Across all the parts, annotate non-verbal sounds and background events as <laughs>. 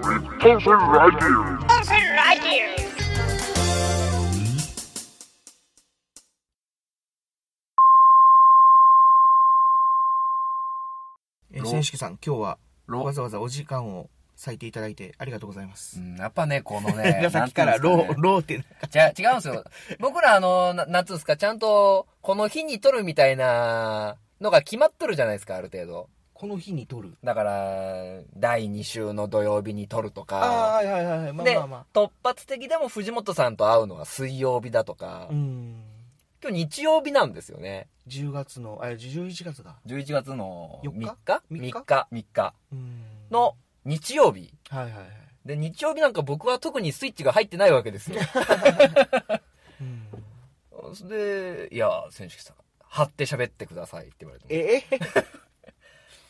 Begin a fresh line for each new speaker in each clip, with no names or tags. Thousand Radio.
Thousand Radio.
えー、
ロ
千式さん、今日は
ロ
わざわざお時間を割いていただいてありがとうございます。
うんやっぱね、この
<laughs>
ね、
さっきから、
ロ
ロー、ローって、
じゃ違うんですよ。僕らあの、ななんつうんですか、ちゃんと、この日に撮るみたいなのが決まっとるじゃないですか、ある程度。
この日に撮る。
だから、第2週の土曜日に撮ると
あ
か。
あー、はいはいはい。まあ
で、
まあま
突発的でも藤本さんと会うのは水曜日だと
あ。
か
う、ん。
今日日曜日なんですよね。
10月の、あ、11月だ。
11月の
4
3
日
日
3日
?3 日 ?3 日
うん。
の日曜日。
はいはいはい。
で、日曜日なんか僕は特にスイッチが入ってないわけですよ。
うん。
それで、いや、選手さん、張って喋ってくださいって言われても。
え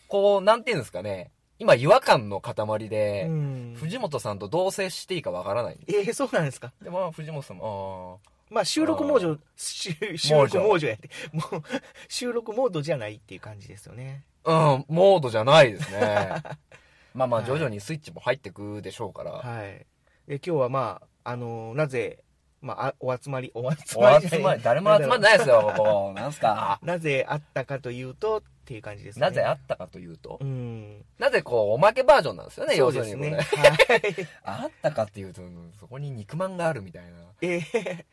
こう、なんていうんですかね、今違和感の塊
え
で、
うん。
藤本さんと同棲していいかわからない。
えー、そうなんですか。
で、まあ、藤本さんも、あ
まあ、収録モード、し収録モードやって。もう、収録モードじゃないっていう感じですよね。
あ、うん、モードじゃないです
<laughs>
ね。まあまあ、
はい
徐々にスイッチも入ってくでしょうから、
はい。で、今日はまあ、あのーなぜ、まああ、お集まり、お集ま
お
り
集
じゃ <laughs>
ま
ない。
り、誰も集まりないですよ、ここ。なんすか。
なぜあったかというと、っていう感じですね。
なぜあったかというと
う、ん。
なぜこう、おまけバージョンなんですよね、
そ
要
う
す
で
るに
す
これ。
ね。はい。
あったかっていうと、そこに肉まんがあるみたいな。
えー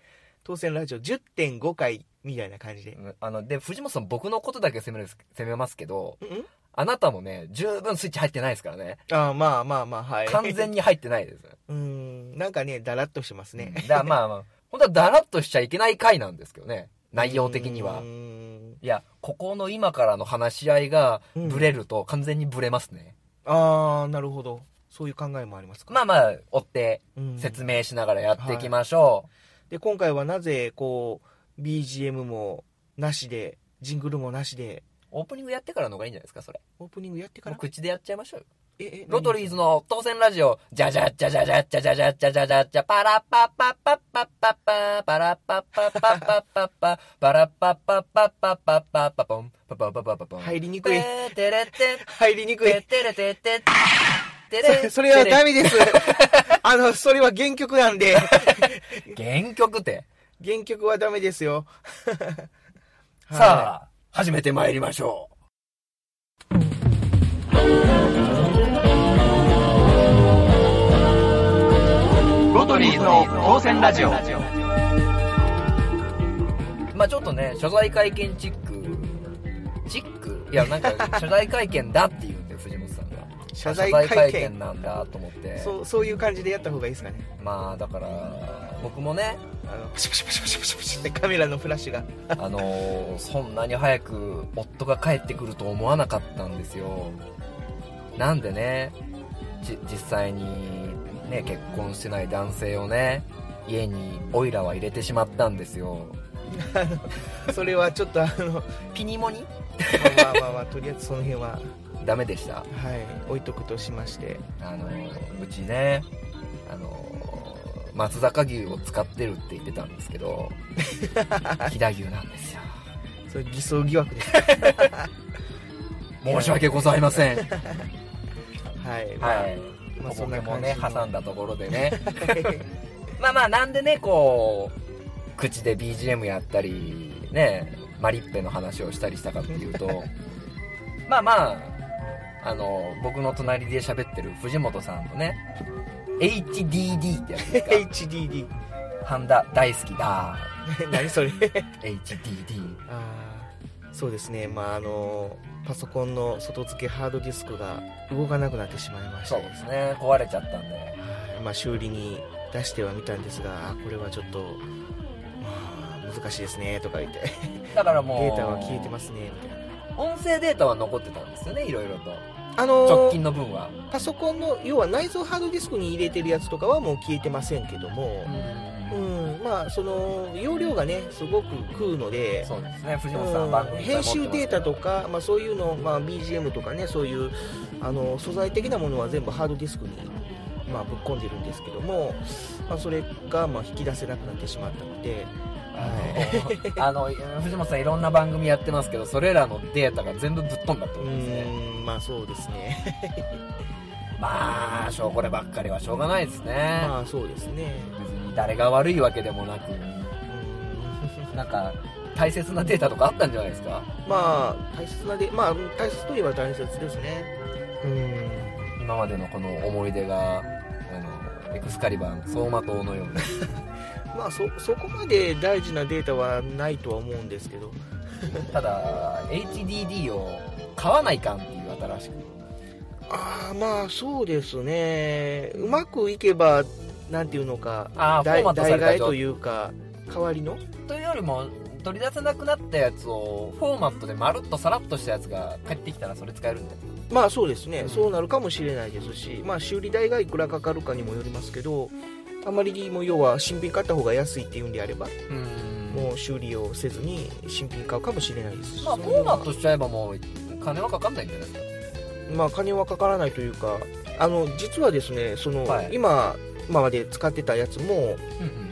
当選ラジオ10.5回みたいな感じで。
あの、で、藤本さん僕のことだけ責める責めますけど、
うんうん
あなたもね、十分スイッチ入ってないですからね。
あーまあまあまあ、はい。
完全に入ってないです。
<laughs> うん。なんかね、だらっとしてます
ね
ね。。
<laughs> だからまあまあ、本当はだらっとしちゃいけない回なんですけどね。内容的には
う。ん
いや、ここの今からの話し合いが
うん
ブレると完全にブレますね。
ああ、なるほど。そういう考えもありますか。
まあまあ、追って
うん
説明しながらやっていきましょ
で、今回はなぜ、こう、BGM もなしで、ジングルもなしで、
う。オープニングやってからの方がいいんじゃないですか、それ。
オープニングやってか
もう
ら。
口でやっちゃいましょうよ。
え、え
ロトリー
ズ。
ズの当選ラジオ、じゃじゃじゃじゃじゃじゃじゃじゃじゃじゃじゃじゃ、パラッパッパッパッパッパッパー、パラッパッパッパッパッパッパー、パラッパッパッパッパッパッパッパポン、パパパパパポン。
入りにくい
てーてれて
入りにく
て
い。
てれてててれ
そそれはダ
メ。
メ <laughs> です。あの、それは原曲なんで、
原曲って。
原曲はダメです <laughs> よ。あ、
さあ、始めてまいりましょ
ロトリーズの当選ラジオ。
う。まあちょっとね、所在会見チック、チックいや、な
<laughs>
んか、所在会見だって言うんで、藤本さんが。
謝罪会
謝
見。
なんだと思って。
そう、そういう感じでやった方がいいですかね。
まあだから僕もね、
あの、パシパシパシパシパシパシってカメラのフラッシュが。
あのーそんなに早く夫が帰ってくると思わなかったんですよなんでねじ実際にね結婚してない男性をね家にオイラは入れてしまったんですよ
それはちょっとあの、
ピニモニ
まあまあまあまあ、とりあえずその辺は、
ダメでした
はい、置いとくとしまして。
あのーうちねあのー松坂牛を使ってるって言ってたんですけど飛騨牛なんですよ
それ偽装疑惑です。
申し訳ございません
はい。まあ <laughs>
はい
まあ
小
そん
ボケ
な
も
感じ
ね
の
挟んだところ
<laughs>
でねまあまあなんでねこう口で BGM やったりねマリッペの話をしたりしたかっていう
<laughs>
とまあまああの僕の隣で喋ってる藤本さんのね HDD ってやつです
HDD。
かハンダ大好きだ
何 <laughs> それ
HDD
あーそうですね、まああの、パソコンの外付けハードディスクが動かなくなってしまいました
そうですね壊れちゃったんで
はいまあ、修理に出してはみたんですが、あこれはちょっと、まあ、難しいですねとか言って、
だから
デ
もう
ータは消えてますねみたいな。
音声データは残ってたんですよねいろいろと
あの
直近の分は
パソコンの要は内蔵ハードディスクに入れてるやつとかはもう消えてませんけども、うん、まあその容量がねすごく食うので
そうですね藤本さんは番
うん
組
編集データと
か
か、まあ、そういうの、まあ、BGM とかねそういうあの素材的なものは全部ハードディスクに、まあ、ぶっ込んでるんですけども、まあ、それがまあ引き出せなくなってしまったので、
あの <laughs> 藤本さんいろんな番組やってますけどそれらのデータが全部ぶっ飛んだって
う
ことですね
ーんまあそうですね
まあしょうこればっかりはしょうがないですね、
<laughs> まあそうですね
別に誰が悪いわけでもなく
うん
なんか大切なデータとかあったんじゃないですか
まあ大切なでまあ大切といえば大切ですねうん
今までのこの思い出があのエクスカリバーの走馬灯のように
まあそそこまで大事なデータはないとは思うんですけど <laughs>
ただ HDD を買わないかんっていう新しく
ああまあそうですねうまくいけばなんていうのか
ああフォー
代
マットさ
代
れた
替
状
と
態
いうか代わりの
というよりも取り出せなくなったやつをフォーマットでまるっとさらっとしたやつが返ってきたらそれ使えるんだよ
まあそうですね、
うん
そうなるかもしれないですし、まあ、修理代がいくらかかるかにもよりますけど、あまりにも要は新品買った方が安いっていうんであれば、
うん
もう修理をせずに新品買うかもしれないですし、
まあフォーマットしちゃえばもう金はかかんないんじゃないです
まあ、金はかからないというか、あの実はですね、その
はい
今今まで使ってたやつも、
か、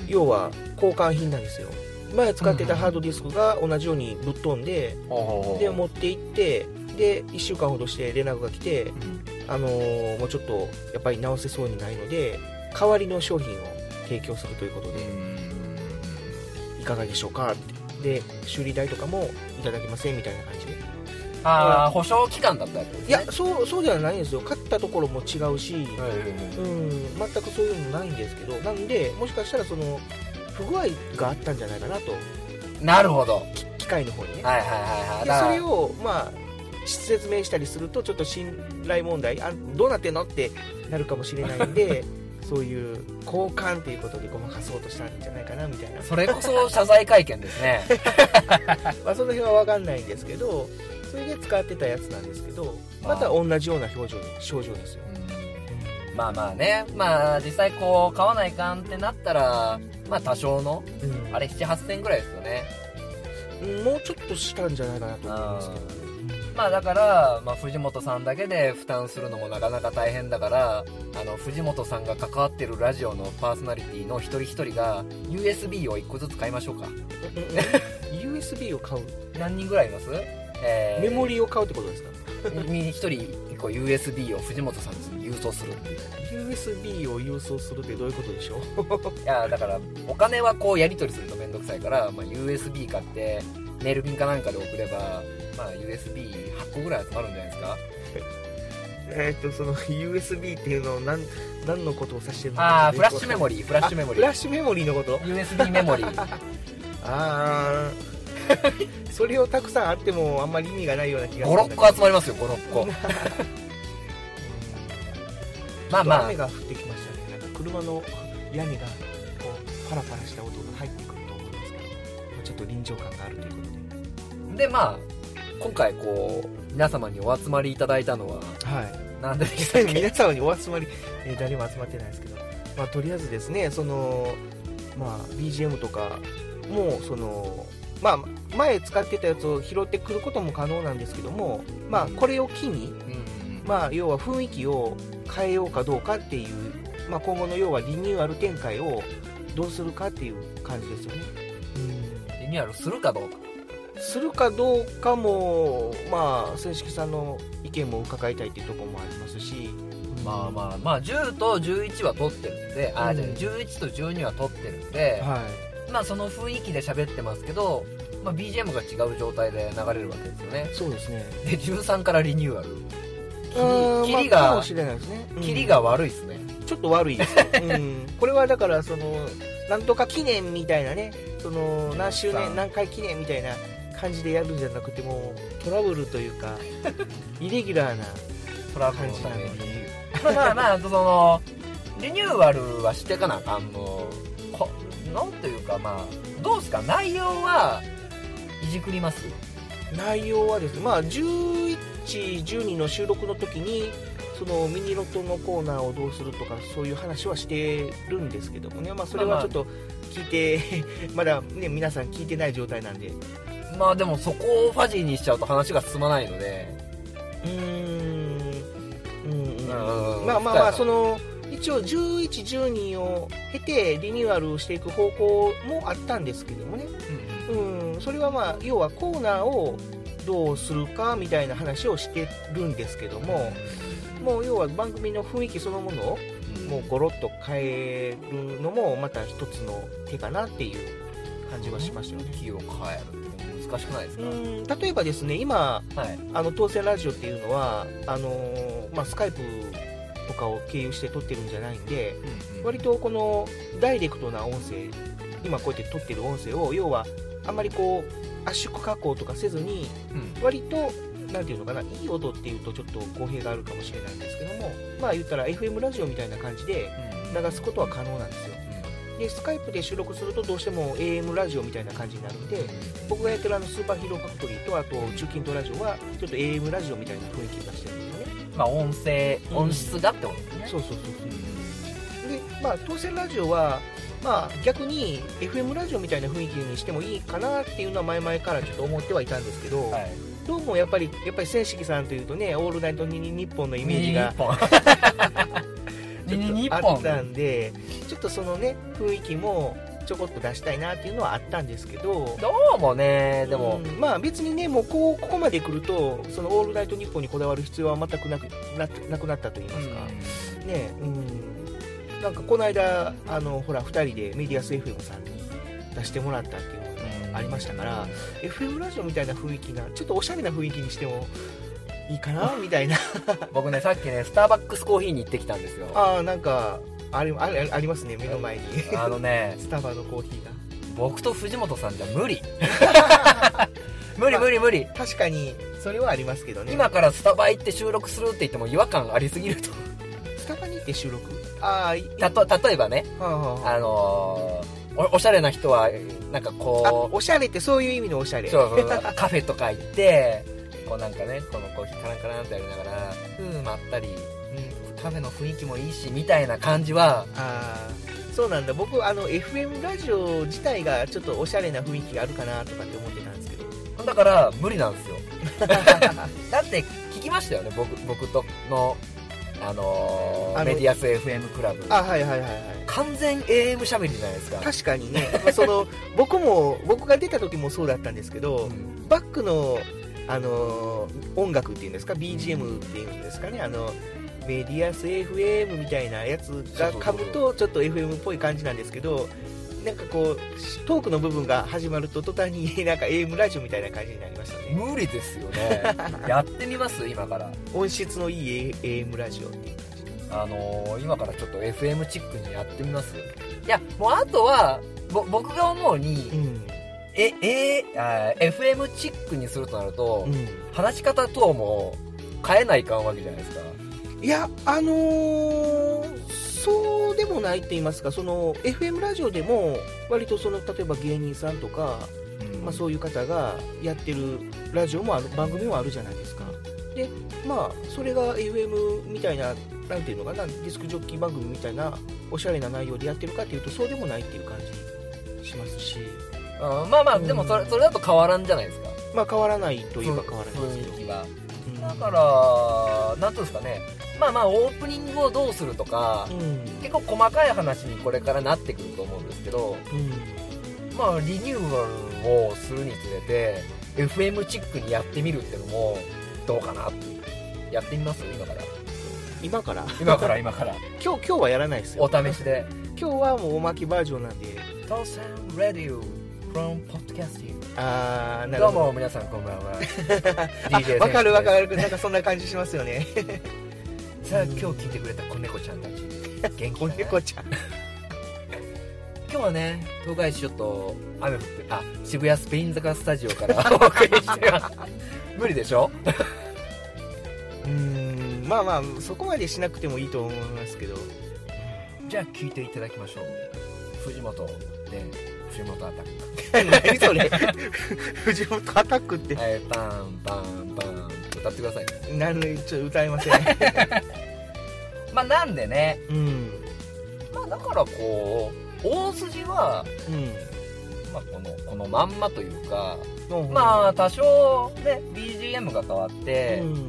要は交換品なんですよ。前使ってたハードディスクが同じようにぶっ飛んで、で持って行って、で1週間ほどして連絡が来て、あのーもうちょっとやっぱり直せそうにないので代わりの商品を提供するということでいかがでしょうかってで修理代とかもいただけませんみたいな感じで
ああ保証期間だったわけですね
いやそうそうではないんですよ買ったところも違うし、うん、全くそういうのないんですけどなんでもしかしたらその不具合があったんじゃないかなと
なるほど
き機械の方にね
はいはいはいはい
で
だ
そ
から
れをまあ説明したりするとちょっと信頼問題あどうなってんのってなるかもしれないん
<laughs>
でそういう交換っていうことでごまかそうとしたんじゃないかなみたいな、
それこそ謝罪会見ですね
まあ、その辺は分かんないんですけどそれで使ってたやつなんですけどまた同じような表情で症状ですよ
まあまあねまあ実際こう買わないかんってなったらまあ多少の
うん
あれ78000円ぐらいですよね
もうちょっとしたんじゃないかなと思いますけど
まあだから、まあ、藤本さんだけで負担するのもなかなか大変だからあの藤本さんが関わってるラジオのパーソナリティの一人一人が USB を1個ずつ買いましょうか
USB を買う
何人ぐらいいますえ
メモ
リ
リーを買うってことですか
一人1個 USB を藤本さんに郵送するっていう
USB を郵送するってどういうことでしょう
いやだからお金はこうやり取りすると面倒くさいから、まあ、USB 買ってメール便かなんかで送れば、まあ、USB8 個ぐらい集まるんじゃないですか
えーっとその USB っていうのを何何のことを指してるのか
ああフラッシュメモ
リ
リーフラッシュメモリ
フラ
ー
ッシュメモリーのこと
USB メモリー
ああそれをたくさんあってもあんまり意味がないような気がするん
56
だけど
個集まりますよ56個
<laughs> ちょっ
まあ
と
まあ
雨が降ってきましたねなんか車の屋根がこうパラパラした音が入ってくると思うんですけどまあちょっと臨場感があるということで
でまあ今回こう皆様にお集まりいただいたのは
は
何でしたっ
い
け
皆様にお集まり、えー誰も集まってないですけど、まあ、とりあえずですねその、まあ、BGM とかもそのまあ前使ってたやつを拾ってくることも可能なんですけども、まあ、これを機 <laughs> に
うん
まあ、要は雰囲気を変えようかどうかっていう、まあ、今後の要はリニューアル展開をどうするかっていう感じですよね。
リニューアルするかどうか
するかどうかも、まあ、正式さんの意見も伺いたいっていうところもありますし、
まあまあまあ10と11は取ってるんであ
う
ー
ん
じゃあ11と12は取ってるんで、
は
まあその雰囲気で喋ってますけど、まあ、BGM が違う状態で流れるわけですよね
い、そうですね。
で13からリニューアル
うん
キリキリ
まあ
が、
かもしれないですね。うん
キリが悪いですね
ちょっと悪いですよ、 <laughs> うん、これはだからそのなんとか記念みたいなねその何周
さあ
年何回記念みたいな感じでやるんじゃなくてもうトラブルという <laughs> かイレギュラーな
トラブ
感
ルの
じ
た
な
めに
のに
まあまあまあそのリニューアルはしてかなあかんのこなんというかまあどうすか内容はいじくります
内容はですねまあ1112の収録の時にそのミニロトのコーナーをどうするとかそういう話はしてるんですけどもね、まあ、それはちょっと聞いて <laughs> まだね皆さん聞いてない状態なんで
まあでもそこをファジーにしちゃうと話が進まないので
うーんうんうん
ま
まあまあまあその一応11、12を経てリニューアルしていく方向もあったんですけどもね、うん、それはまあ要はコーナーをどうするかみたいな話をしてるんですけども、もう要は番組の雰囲気そのものをもうゴロッと変えるのもまた一つの手かなっていう感じはしましたよね
気を変えるって難しくないです
う
か、
ん例えばですね今
はい
あの当選ラジオっていうのはあのーまあ、スカイプとかを経由して撮ってるんじゃないんで割とこのダイレクトな音声今こうやって撮ってる音声を要はあんまりこう圧縮加工とかせずに
うん
割となんていうのかないい音っていうとちょっと語弊があるかもしれないんですけどもまあ言ったら FM ラジオみたいな感じで流すことは可能なんですよでスカイプで収録するとどうしても AM ラジオみたいな感じになるんで僕がやってるあのスーパーヒーローファクトリーとあと中近東ラジオはちょっと AM ラジオみたいな雰囲気がしてるんですよね
まあ音声
うん
音質がってことですね
そうそうそうそうでまあ当選ラジオはまあ逆に FM ラジオみたいな雰囲気にしてもいいかなっていうのは前々からちょっと思ってはいたんですけど、
はい
どうもやっぱりやっぱり千式さんというとね「オールナイトニッ日本のイメージが <laughs> ちょっとあったんでちょっとそのね雰囲気もちょこっと出したいなっていうのはあったんですけど
どうもねでも
うんまあ別にねもうこうここまで来るとその「オールナイトニッポン」にこだわる必要は全くなくななくなったと言いますか、ねうんなんかこの間あのほら2人でメディアス FM さんに出してもらったっていうのがありましたから FM ラジオみたいな雰囲気なちょっとおしゃれな雰囲気にしてもいいかなみたいな <laughs>
僕ねさっきねスターバックスコーヒーに行ってきたんですよ
ああなんかあれあれありますね目の前に
あのね
スタバのコーヒーが
僕と藤本さんじゃ無理無理無理無理
確かにそれはありますけどね
今からスタバ行って収録するって言っても違和感ありすぎると <laughs>
スタバに行って収録ああい
たと例えばね
はあはあ
あのーおおしゃれな人はなんか
あ
こう
おしゃれってそういう意味のおしゃれ
そうそうそうカフェとか行ってこうなんかねこのコーヒーカランカランってやりながらうんまったり
うん
カフェの雰囲気もいいしみたいな感じは
<laughs> ああそうなんだ僕あの FM ラジオ自体がちょっとおしゃれな雰囲気があるかなとかって思ってたんですけど
だから無理なんですよ <laughs> だって聞きましたよね僕僕との、あのー
あの
メディアス FM クラブ
あはいはいはいはい
完全 AM しゃべりじゃないですか
確かにねその僕も僕が出た時もそうだったんですけど、
うん
バックの、あのー音楽っていうんですか BGM っていうんですかねあのメディアス FM みたいなやつがかぶとちょっと FM っぽい感じなんですけどなんかこうトークの部分が始まると途端に <laughs> なんか AM ラジオみたいな感じになりましたね
無理ですよ <laughs> ねやってみます今から
音質のいい AM ラジオっていう感じ
あのー今からちょっと FM チックにやってみますいやもうあとはぼ僕が思うに、
うん
え、えーあー FM チックにするとなると、
うん
話し方等も変えないかんわけじゃないですか。
いやあのーそうでもないって言いますかその FM ラジオでも割とその例えば芸人さんとかまあ、そういう方がやってるラジオもある番組もあるじゃないですかでまあそれが FM みたいななんていうのかなディスクジョッキー番組みたいなおしゃれな内容でやってるかっていうとそうでもないっていう感じしますし
うんまあまあ、
うん
でもそれそれだと変わらんじゃないですか。
まあ変わらないといえば変わらないですけ
雰
ど
囲気が。
うん
だから、なんていうんですかね、まあまあ、オープニングをどうするとか、
うん
結構細かい話にこれからなってくると思うんですけど、
うん
まあ、リニューアルをするにつれて、FM チックにやってみるってのも、どうかなっていう。やってみます今から。
今から
今から、今から。
今日今日はやらないですよ
お試しで。
今日はもうおまけバージョンなんで
当選レディオ from podcasting
あーなる
どう
ほど
も皆さんこんばん
<laughs>
は DJ
わかるわか
る
るなんかそんな感じしますよね
さあ今日聞いてくれた子猫ちゃんたち元気か
<laughs> お
な
猫ちゃん
今日はね東海市ちょっと雨降ってあ渋谷スペイン坂スタジオから <laughs> お送りしてます無理でしょ
うーんまあまあそこまでしなくてもいいと思いますけど <laughs>
じゃあ聞いていただきましょう藤本で藤本アタッ
何それ <laughs> 藤本アタックって
クはいパンパンパン歌ってください
何のちょっと歌えません
まあなんでね
<laughs> うん
まあだからこう大筋は、
う
まあ、このこのまんまというか
ん
まあ多少ね BGM が変わっ
あ
て
うん、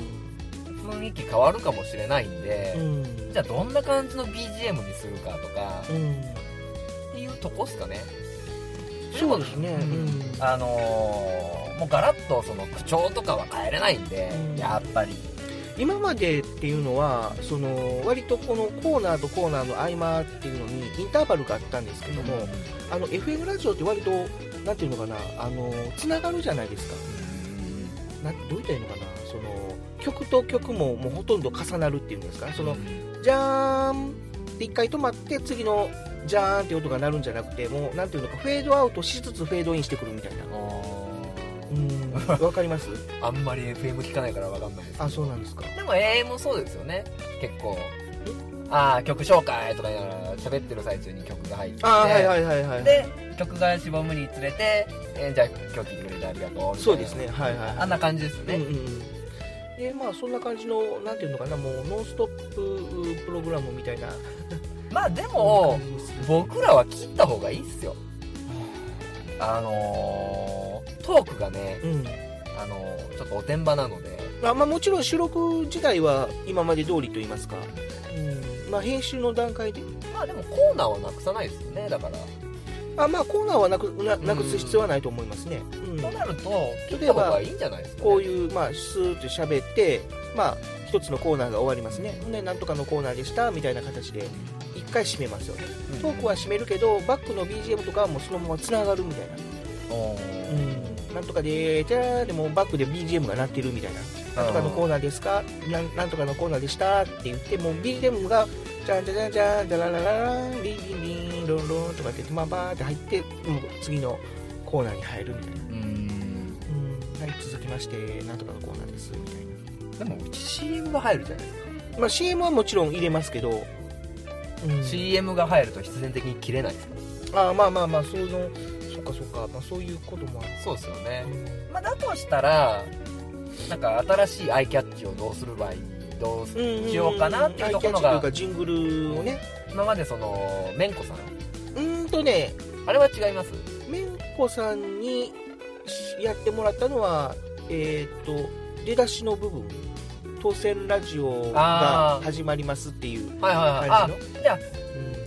雰囲気変わるかもしれないんで、
うん
じゃあどんな感じの BGM にするかとか
うん
っていうとこっすかね
そうですね
うんあのーもうガラッとその口調とかは変えれないんで、
うん
やっぱり
今までっていうのはその割とこのコーナーとコーナーの合間っていうのにインターバルがあったんですけども、あの FM ラジオって割となんていうのかなあのつながるじゃないですかなどう言ったらいいのかなその曲と曲ももうほとんど重なるっていうんですかそのじゃーんって一回止まって次のじゃーんって音が鳴るんじゃなくてもうなんていうのかフェードアウトしつつフェードインしてくるみたいなうんわかります
あんまり FM 聞かないからわかんないですけど
あそうなんですか
でも AM もそうですよね結構ああ曲紹介とか言いながら喋ってる最中に曲が入ってきて
あーはいはいはいはい
で曲がしぼむにつれて、えーじゃあ今日聴いてくれてありがとうみたいな
そうですねはいはいはい
あんな感じですよね、
うんうんうんでまあそんな感じのなんていうのかなもうノンストッププログラムみたいな
まあでも
感じです
僕らは切った方がいいっすよあのー、トークがね、
うん
あのーちょっとおてんばなので
まあまあもちろん収録自体は今まで通りと言いますか、うんまあ、編集の段階で
まあでもコーナーはなくさないですよねだから、
あまあコーナーはなくななくす必要はないと思いますね、うん
となると切った方がいいんじゃないですか、ね、
こういうまあスーッと喋ってまあ一つのコーナーが終わりますねでなんとかのコーナーでしたみたいな形で一回締めますよね
うん
トークは締めるけどバックの BGM とかはもうそのままつながるみたいな
お
う
ー
んなんとかでじゃあでもバックで BGM が鳴ってるみたいななんとかのコーナーですかなんなんとかのコーナーでしたって言ってもう BGM がじゃんじゃじゃんじゃんじゃららららんリンリンリンロンロンとかってまあバーって入って、うん、次のコーナーに入るみたいな、
うーん
うん、はい続きましてなんとかのコーナーですみたい
でもうち CM が入るじゃないですか、
な、まあ、CM はもちろん入れますけど、うん、
CM が入ると必然的に切れないですか
あーまあまあまあそのそっかそっか、まあ、そういうこともある
そうですよね、まあ、だとしたらなんか新しいアイキャッチをどうする場合どうすしようかなっていうところが
アイキャッチというかジングルをね
今までそのめんこさん
うーんとね
あれは違います
めんこさんにやってもらったのは、えっと出だしの部分当選ラジオが
あー
始まりますっていう
はいはいは
感
い
じの
あじゃあ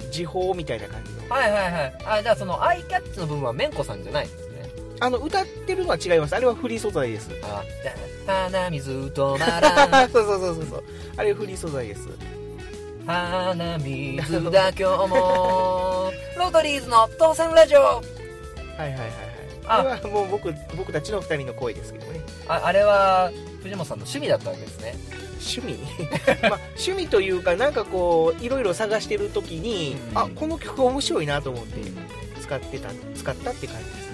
うん時報みたいな感じの
はいはいはいあじゃあそのアイキャッチの部分はめんこさんじゃないんですね
あの歌ってるのは違いますあれはフリー素材 <laughs> です
あじゃあ鼻水止まらん
そうそうそうそうそうあれフリー素材です
鼻水だ今日も <laughs> ロトリーズの当選ラジオ
はいはいはいはい
あ
あれはもう僕僕たちの二人の声ですけどね
ああれは藤本さんの趣味だったわけですね
趣 <laughs> 味、まあ、趣味というかなんかこういろいろ探してる時に、
うん
あこの曲面白いなと思って使ってた使ったって感じです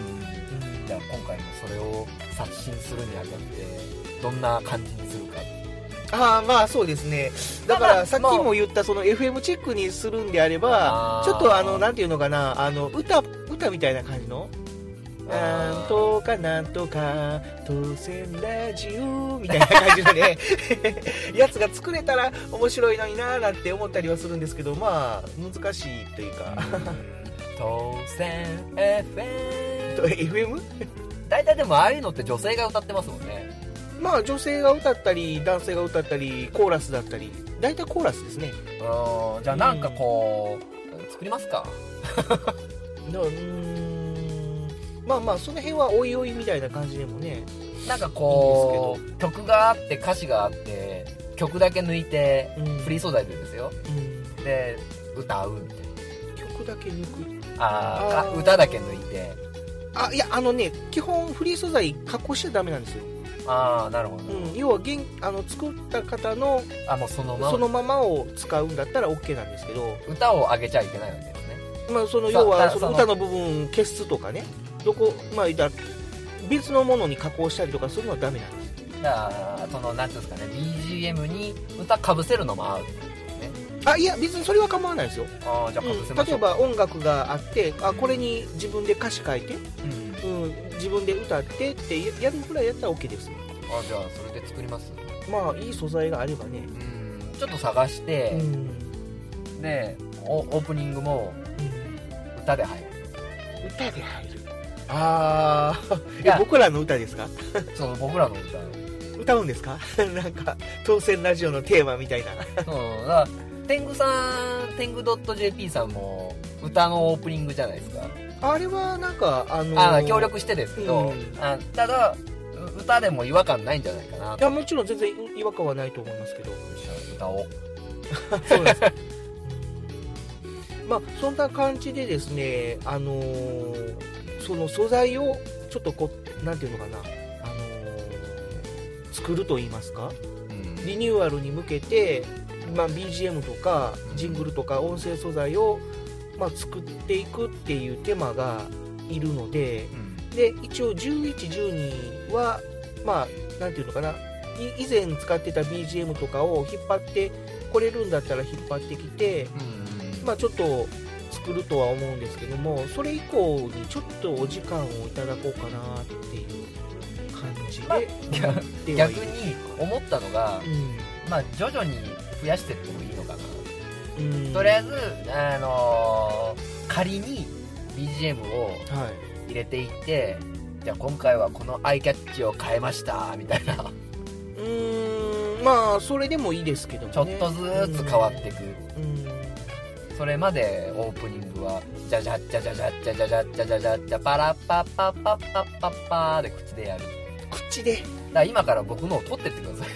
じゃあ今回もそれを刷新するにあたってどんな感じにするか
ああまあそうですねだか
まあま
ら
あ
さっきも言ったその FM チェックにするんであれば
あー
ちょっとあのなんていうのかなあの歌歌みたいな感じの「な
あ
ん
ー <laughs>
とかなんとか当選ラジオ」みたいな感じのね <laughs> やつが作れたら面白いのになーなんて思ったりはするんですけどまあ難しいというか <laughs>
当選 FM
FM?
大体でもああいうのって女性が歌ってますもんね
まあ女性が歌ったり男性が歌ったりコーラスだったり大体コーラスですね
うんじゃあなんかこう、作りますか
だからうーんまあまあその辺はおいおいみたいな感じでもね
なんかこう曲があって歌詞があって曲だけ抜いて
うん
フリー素材でですよ
うん
で歌うみたい
曲だけ抜く
なあー
あ
か
ー
歌だけ抜いて
あいやあのね基本フリー素材加工しちゃダメなんですよ、
ああなるほど、
うん、要は現あの作った方の
あもうそのま
そ
ま
のままを使うんだったら OK なんですけど、
歌を上げちゃいけないわけですね
まあ、その
そう
要は
だ
その
その
歌の部分消すとかねどこまあだ別のものに加工したりとかするのはダメなんです
だからその何ていうんですかね BGM に歌かぶせるのも合う
あいや別にそれは構わないですよ、
ああじゃあかぶせ
うん、
まし
例
ょ
え
う、
ば音楽があってあこれに自分で歌詞書いて
うん
うん、自分で歌ってってややるぐらいやったら OK です
あじゃあそれで作ります
まあいい素材があればね
うんちょっと探して、
うん
でオオープニングも歌で入る
歌で入るああ
いや
僕らの歌ですか
その僕らの歌
歌うんですか <laughs> なんか当選ラジオのテーマみたいな
そうだから天狗さん天狗 .jp さんも歌のオープニングじゃないですか、
あれはなんかあの
あ協力してですけど、
うん
あただう歌でも違和感ないんじゃないかない
やもちろん全然違和感はないと思いますけど
歌おう
そうです。まあ、そんな感じでですね、あのーその素材をちょっとこう、なんていうのかな、あのー作ると言いますか、
うん
リニューアルに向けて、まあ、BGM とか、ジングルとか、音声素材を、まあ、作っていくっていう手間がいるので、で、一応11、12は、まあ、なんていうのかな、い以前使ってた BGM とかを引っ張ってこれるんだったら引っ張ってきて、
うん
まあ、ちょっと作るとは思うんですけどもそれ以降にちょっとお時間をいただこうかなっていう感じで、
まあいや
ではい
逆
る
に思ったのが、まあ、徐々に増やしてってもいいのかな
うん、うん
とりあえず、あのー仮に BGM を
はい
入れていってじゃあ今回はこのアイキャッチを変えましたみたいな
うーんまあそれでもいいですけども、ね、
ちょっとずつ変わっていく、
うん、
それまでオープニングは「じゃじゃっちゃじゃじゃっちゃじゃじゃっちゃじゃじゃっちゃパラッパッパッパッパッパッパー」で口でやるだか
口で、
ら今から僕のを取ってってください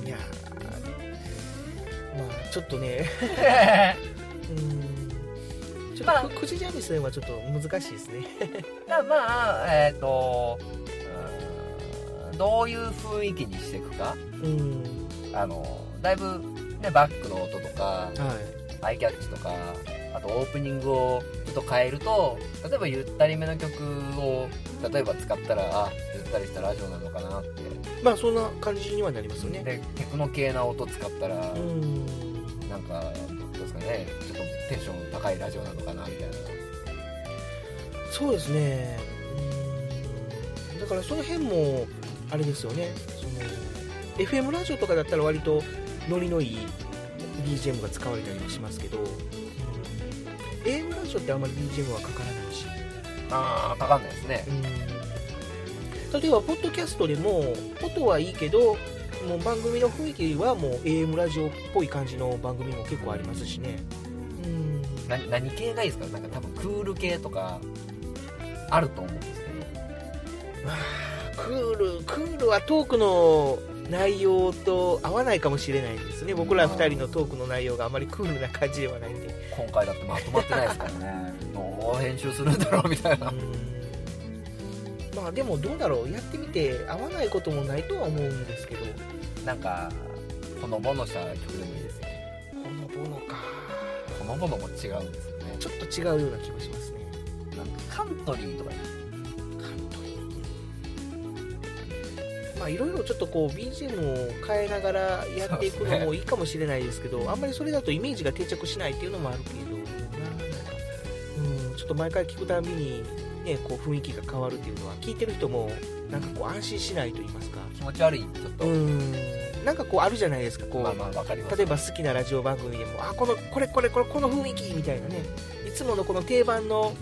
うん、いやまあちょっとねうんちょっと、
まあ
口じゃにするのはちょっと難しいですね
だからまあえっ、とうーんどういう雰囲気にしていくか
うん
あのだいぶねバックの音とか
はい
アイキャッチとかあとオープニングをちょっと変えると例えばゆったりめの曲を例えば使ったらあゆったりしたラジオなのかなって
まあそんな感じにはなりますよね。
でテクノ系な音使ったら
うん。
なんかどうですかねちょっとテンション高いラジオなのかなみたいな
そうですね。うん。だからその辺もあれですよね。その FM ラジオとかだったら割とノリのいい BGM が使われたりもしますけど、うん AM ラジオってあんまり BGM はかからないし。
あーかかんないですね
うん。例えばポッドキャストでも音はいいけど。もう番組の雰囲気はもう AM ラジオっぽい感じの番組も結構ありますしね。うん。
な何系がいいですかなんか多分クール系とかあると思うんですけど
クールクールはトークの内容と合わないかもしれないですね僕ら2人のトークの内容があまりクールな感じではないんで
今回だってまとまってないです
<laughs>
からねどう編集するんだろうみたいな
まあでもどうだろうやってみて合わないこともないとは思うんですけど
なんかほのぼのした曲でもいいですよ
ほのぼのか
ほのぼのも違うんですよね
ちょっと違うような気もしますね
なんかカントリーとか
カントリーまあいろいろちょっとこう BGM を変えながらやっていくのもいいかもしれないですけどあんまりそれだとイメージが定着しないっていうのもあるけどななんかうんちょっと毎回聞くたびに、ね、こう雰囲気が変わるっていうのは聞いてる人もなんかこう安心しないと言いますか
気持ち悪いちょっと、
うんなんかこうあるじゃないですかこう、
まあまあわかります
例えば好きなラジオ番組でもあこのこれこれこれこの雰囲気みたいなねいつものこの定番の、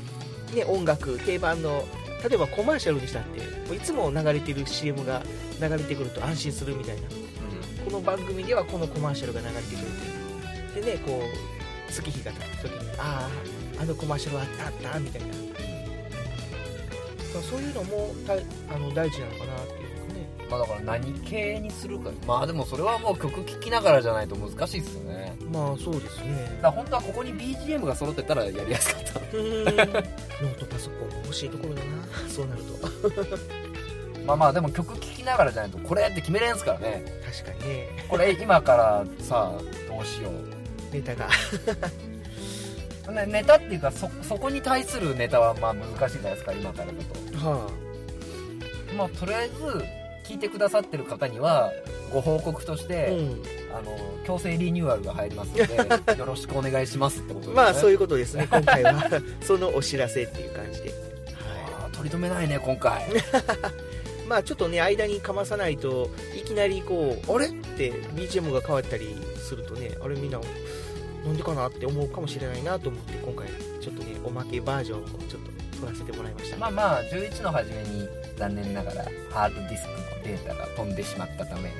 ね、音楽定番の例えばコマーシャルにしたってこういつも流れてる CM が流れてくると安心するみたいな
う
この番組ではこのコマーシャルが流れてくるでねこう月日が経った時にあああのコマーシャルあったあったみたいなまあそういうのもたあの大事なのかなっていうかね
んまあだから何系にするかまあでもそれはもう曲聴きながらじゃないと難しいっすよね
まあそうです
だ
ね
から本当はここに BGM が揃ってたらやりやすかった
うーんノートパソコン欲しいところだなそうなると
まあまあでも曲聴きながらじゃないとこれって決めれんすからね
確かにね
これ今からさどうしよう
ネタが
ねネタっていうかそそこに対するネタはまあ難しいじゃないですか今からだと
は
まあ、とりあえず聞いてくださってる方にはご報告とし
あ、
て、あの強制リニューアルが入りますの <laughs> でよろしくお願いしますってことですね
まあそう
い
いうことですね今回はそのお知らせっていう感じで、
取り留めないね今回
まあちょっとね間にかまさないといきなりこうあれって BGM が変わったりするとねあれみんななんでかなって思うかもしれないなと思って今回ちょっとねおまけバージョンをちょっと撮らせてもらいました、
まあまあ11の初めに残念ながらハードディスクのデータが飛んでしまったため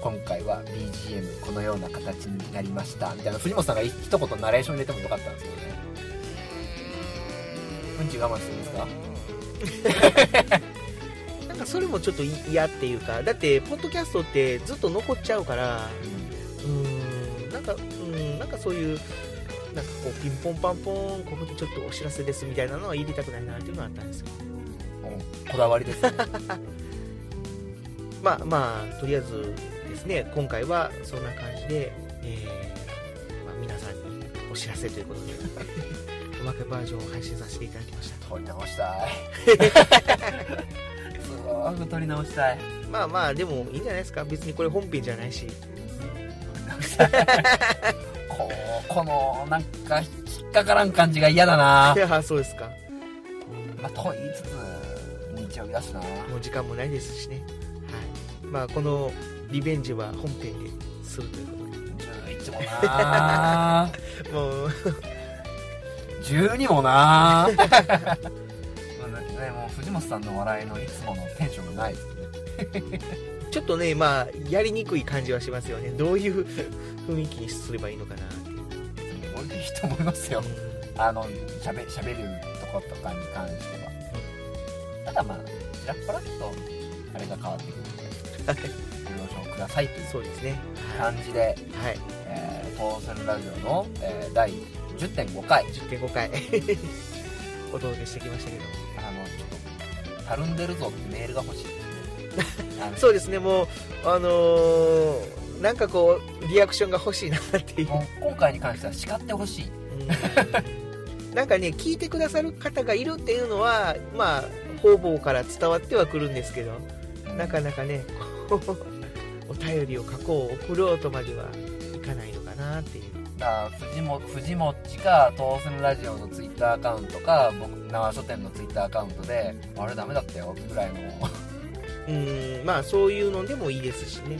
今回は BGM このような形になりましたみたいな藤本さんが一一言ナレーション入れてもよかったんですけどねうんち我慢してるんですか
なんかそれもちょっと嫌っていうかだってポッドキャストってずっと残っちゃうからうーんなんかうんなんかそういうなんかこうピンポンパンポンここでちょっとお知らせですみたいなのは入れたくないなっていうのはあったんですよ
こだわりですね
まあまあとりあえずですね今回はそんな感じで、えーまあ、皆さんにお知らせということで <laughs> うまくバージョンを配信させていただきました
撮り直したいすごく撮り直したい
まあまあでもいいんじゃないですか別にこれ本編じゃないし
こうこのなんか引っかからん感じが嫌だな、
<laughs> いやそうですか
まあ、と言いつつ日曜日だしな
もう時間もないですしねはいまあこのリベンジは本編でするというこ
11もな
とで <laughs> もう
12もな <laughs> まあねもう藤本さんの笑いのいつものテンションがないですね
ちょっとねまあやりにくい感じはしますよねどういう雰囲気にすればいいのかなっていう
すごいいいと思いますよあのしゃべしゃべるとことかに関してはただまあちらっぱらっとあれが変わってくるのでご了承くださいという
そうですね
感じで
はい
「えー、当選ラジオの」えー第10.5回
10.5回 <laughs> お届けしてきましたけど
あのちょっとたるんでるぞってメールが欲しい <laughs> ですねあの
そうですねもうあのーなんかこうリアクションが欲しいなっていう
もう今回に関しては叱ってほしい
うんなんかね聞いてくださる方がいるっていうのはまあ方々から伝わってはくるんですけどなかなかね <laughs> こうお便りを書こう送ろうとまではいかないのかなっていう
だ藤も藤もっちか当選ラジオのツイッターアカウントか僕縄書店のツイッターアカウントであれダメだったよぐらいの
うんまあそういうのでもいいですしね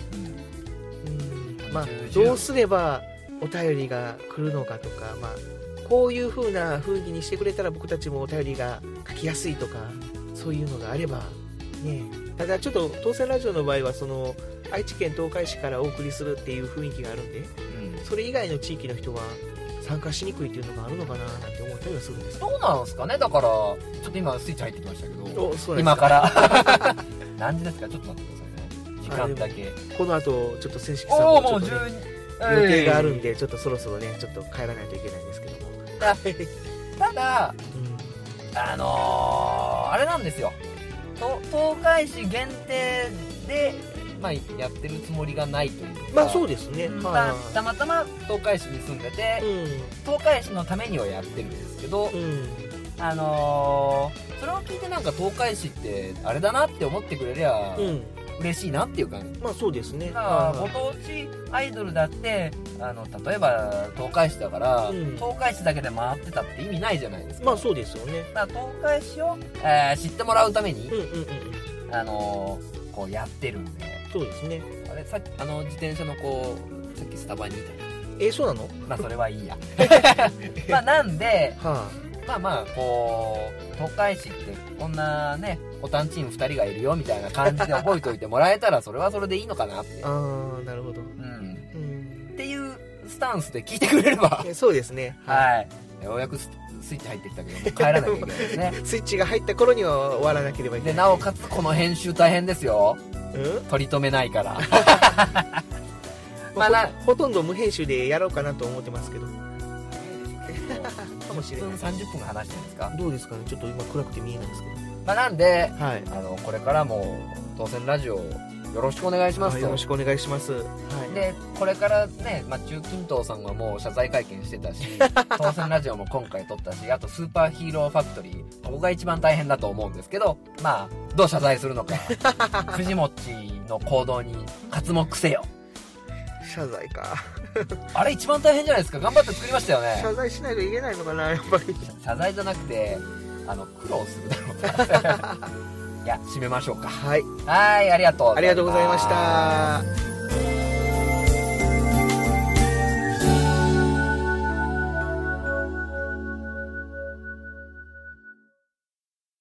うんまあ
重々
どうすればお便りが来るのかとかまあこういう風な雰囲気にしてくれたら僕たちもお便りが書きやすいとかそういうのがあればねただちょっと当選ラジオの場合はその愛知県東海市からお送りするっていう雰囲気があるんで
うん
それ以外の地域の人は参加しにくいっていうのがあるのかななんて思ったりはするんです
どうなんすかねだからちょっと今スイッチ入ってきましたけど
おそうなんです
今から <laughs> 何時ですかちょっと待ってくださいね時間だけ
この後ちょっと正式さん
おお
も
ー
ち
も
ょ
う
っと、ね、
12
予定があるんでちょっとそろそろねちょっと帰らないといけないんですけども、
ただ
うん
あのー、あれなんですよと東海市限定で、まあ、やってるつもりがないというか
まあそうですね、
うん
は
たたまたま東海市に住んでて、
いうん
東海市のためにはやってるんですけど、
うん
あのー、それを聞いてなんか東海市ってあれだなって思ってくれりゃ
うん
嬉しいなっていう感じ、
まあそうですね
だから
は
ご
い
当地アイドルだってあの例えば東海市だから、
うん
東海市だけで回ってたって意味ないじゃないですか、
まあそうですよね
だから東海市を、えー知ってもらうために、
うんうんうんうん
あのーこうやってるんで
そうですね
あれさっきあの自転車のこうさっきスタバにいた
えそうなのは
まあそれはいいや <laughs> まあなんで
あ
まあまあこう東海市ってこんなねおたんちん2人がいるよみたいな感じで覚えておいてもらえたらそれはそれでいいのかなって、
あーなるほど
うん、
うん
っていうスタンスで聞いてくれれば
えそうですね
はいようやくススイッチ入ってきたけどもう帰らなきゃいけないですね
スイッチが入った頃には終わらなければいけ
で
ない
なおかつこの編集大変ですよ
うん
取り留めないから <laughs> ま
ま
あ
あ
な
ほほとんど無編集でやろうかなと思ってますけどかもしれ
1
な
分
い
30分話してるんですか
どうですかねちょっと今暗くて見えないですけど
まあなんで
はい
あのこれからも当選ラジオよろしくお願いしま
あ
す
よ
と
ろしくお願いしますはい
でこれからね、まあ、中近東さんはもう謝罪会見してた <laughs> し当選ラジオも今回撮ったしあとスーパーヒーローファクトリーここが一番大変だと思うんですけどまあどう謝罪するの <laughs> か藤持の行動に刮目せよ
謝罪か
あれ一番大変じゃないですか頑張って作りましたよね
謝罪しないといけないのかなやっぱり
謝罪じゃなくてあの苦労するだろう <laughs> ないや締めましょうか
はい
はいありがとう
ありがとうございました。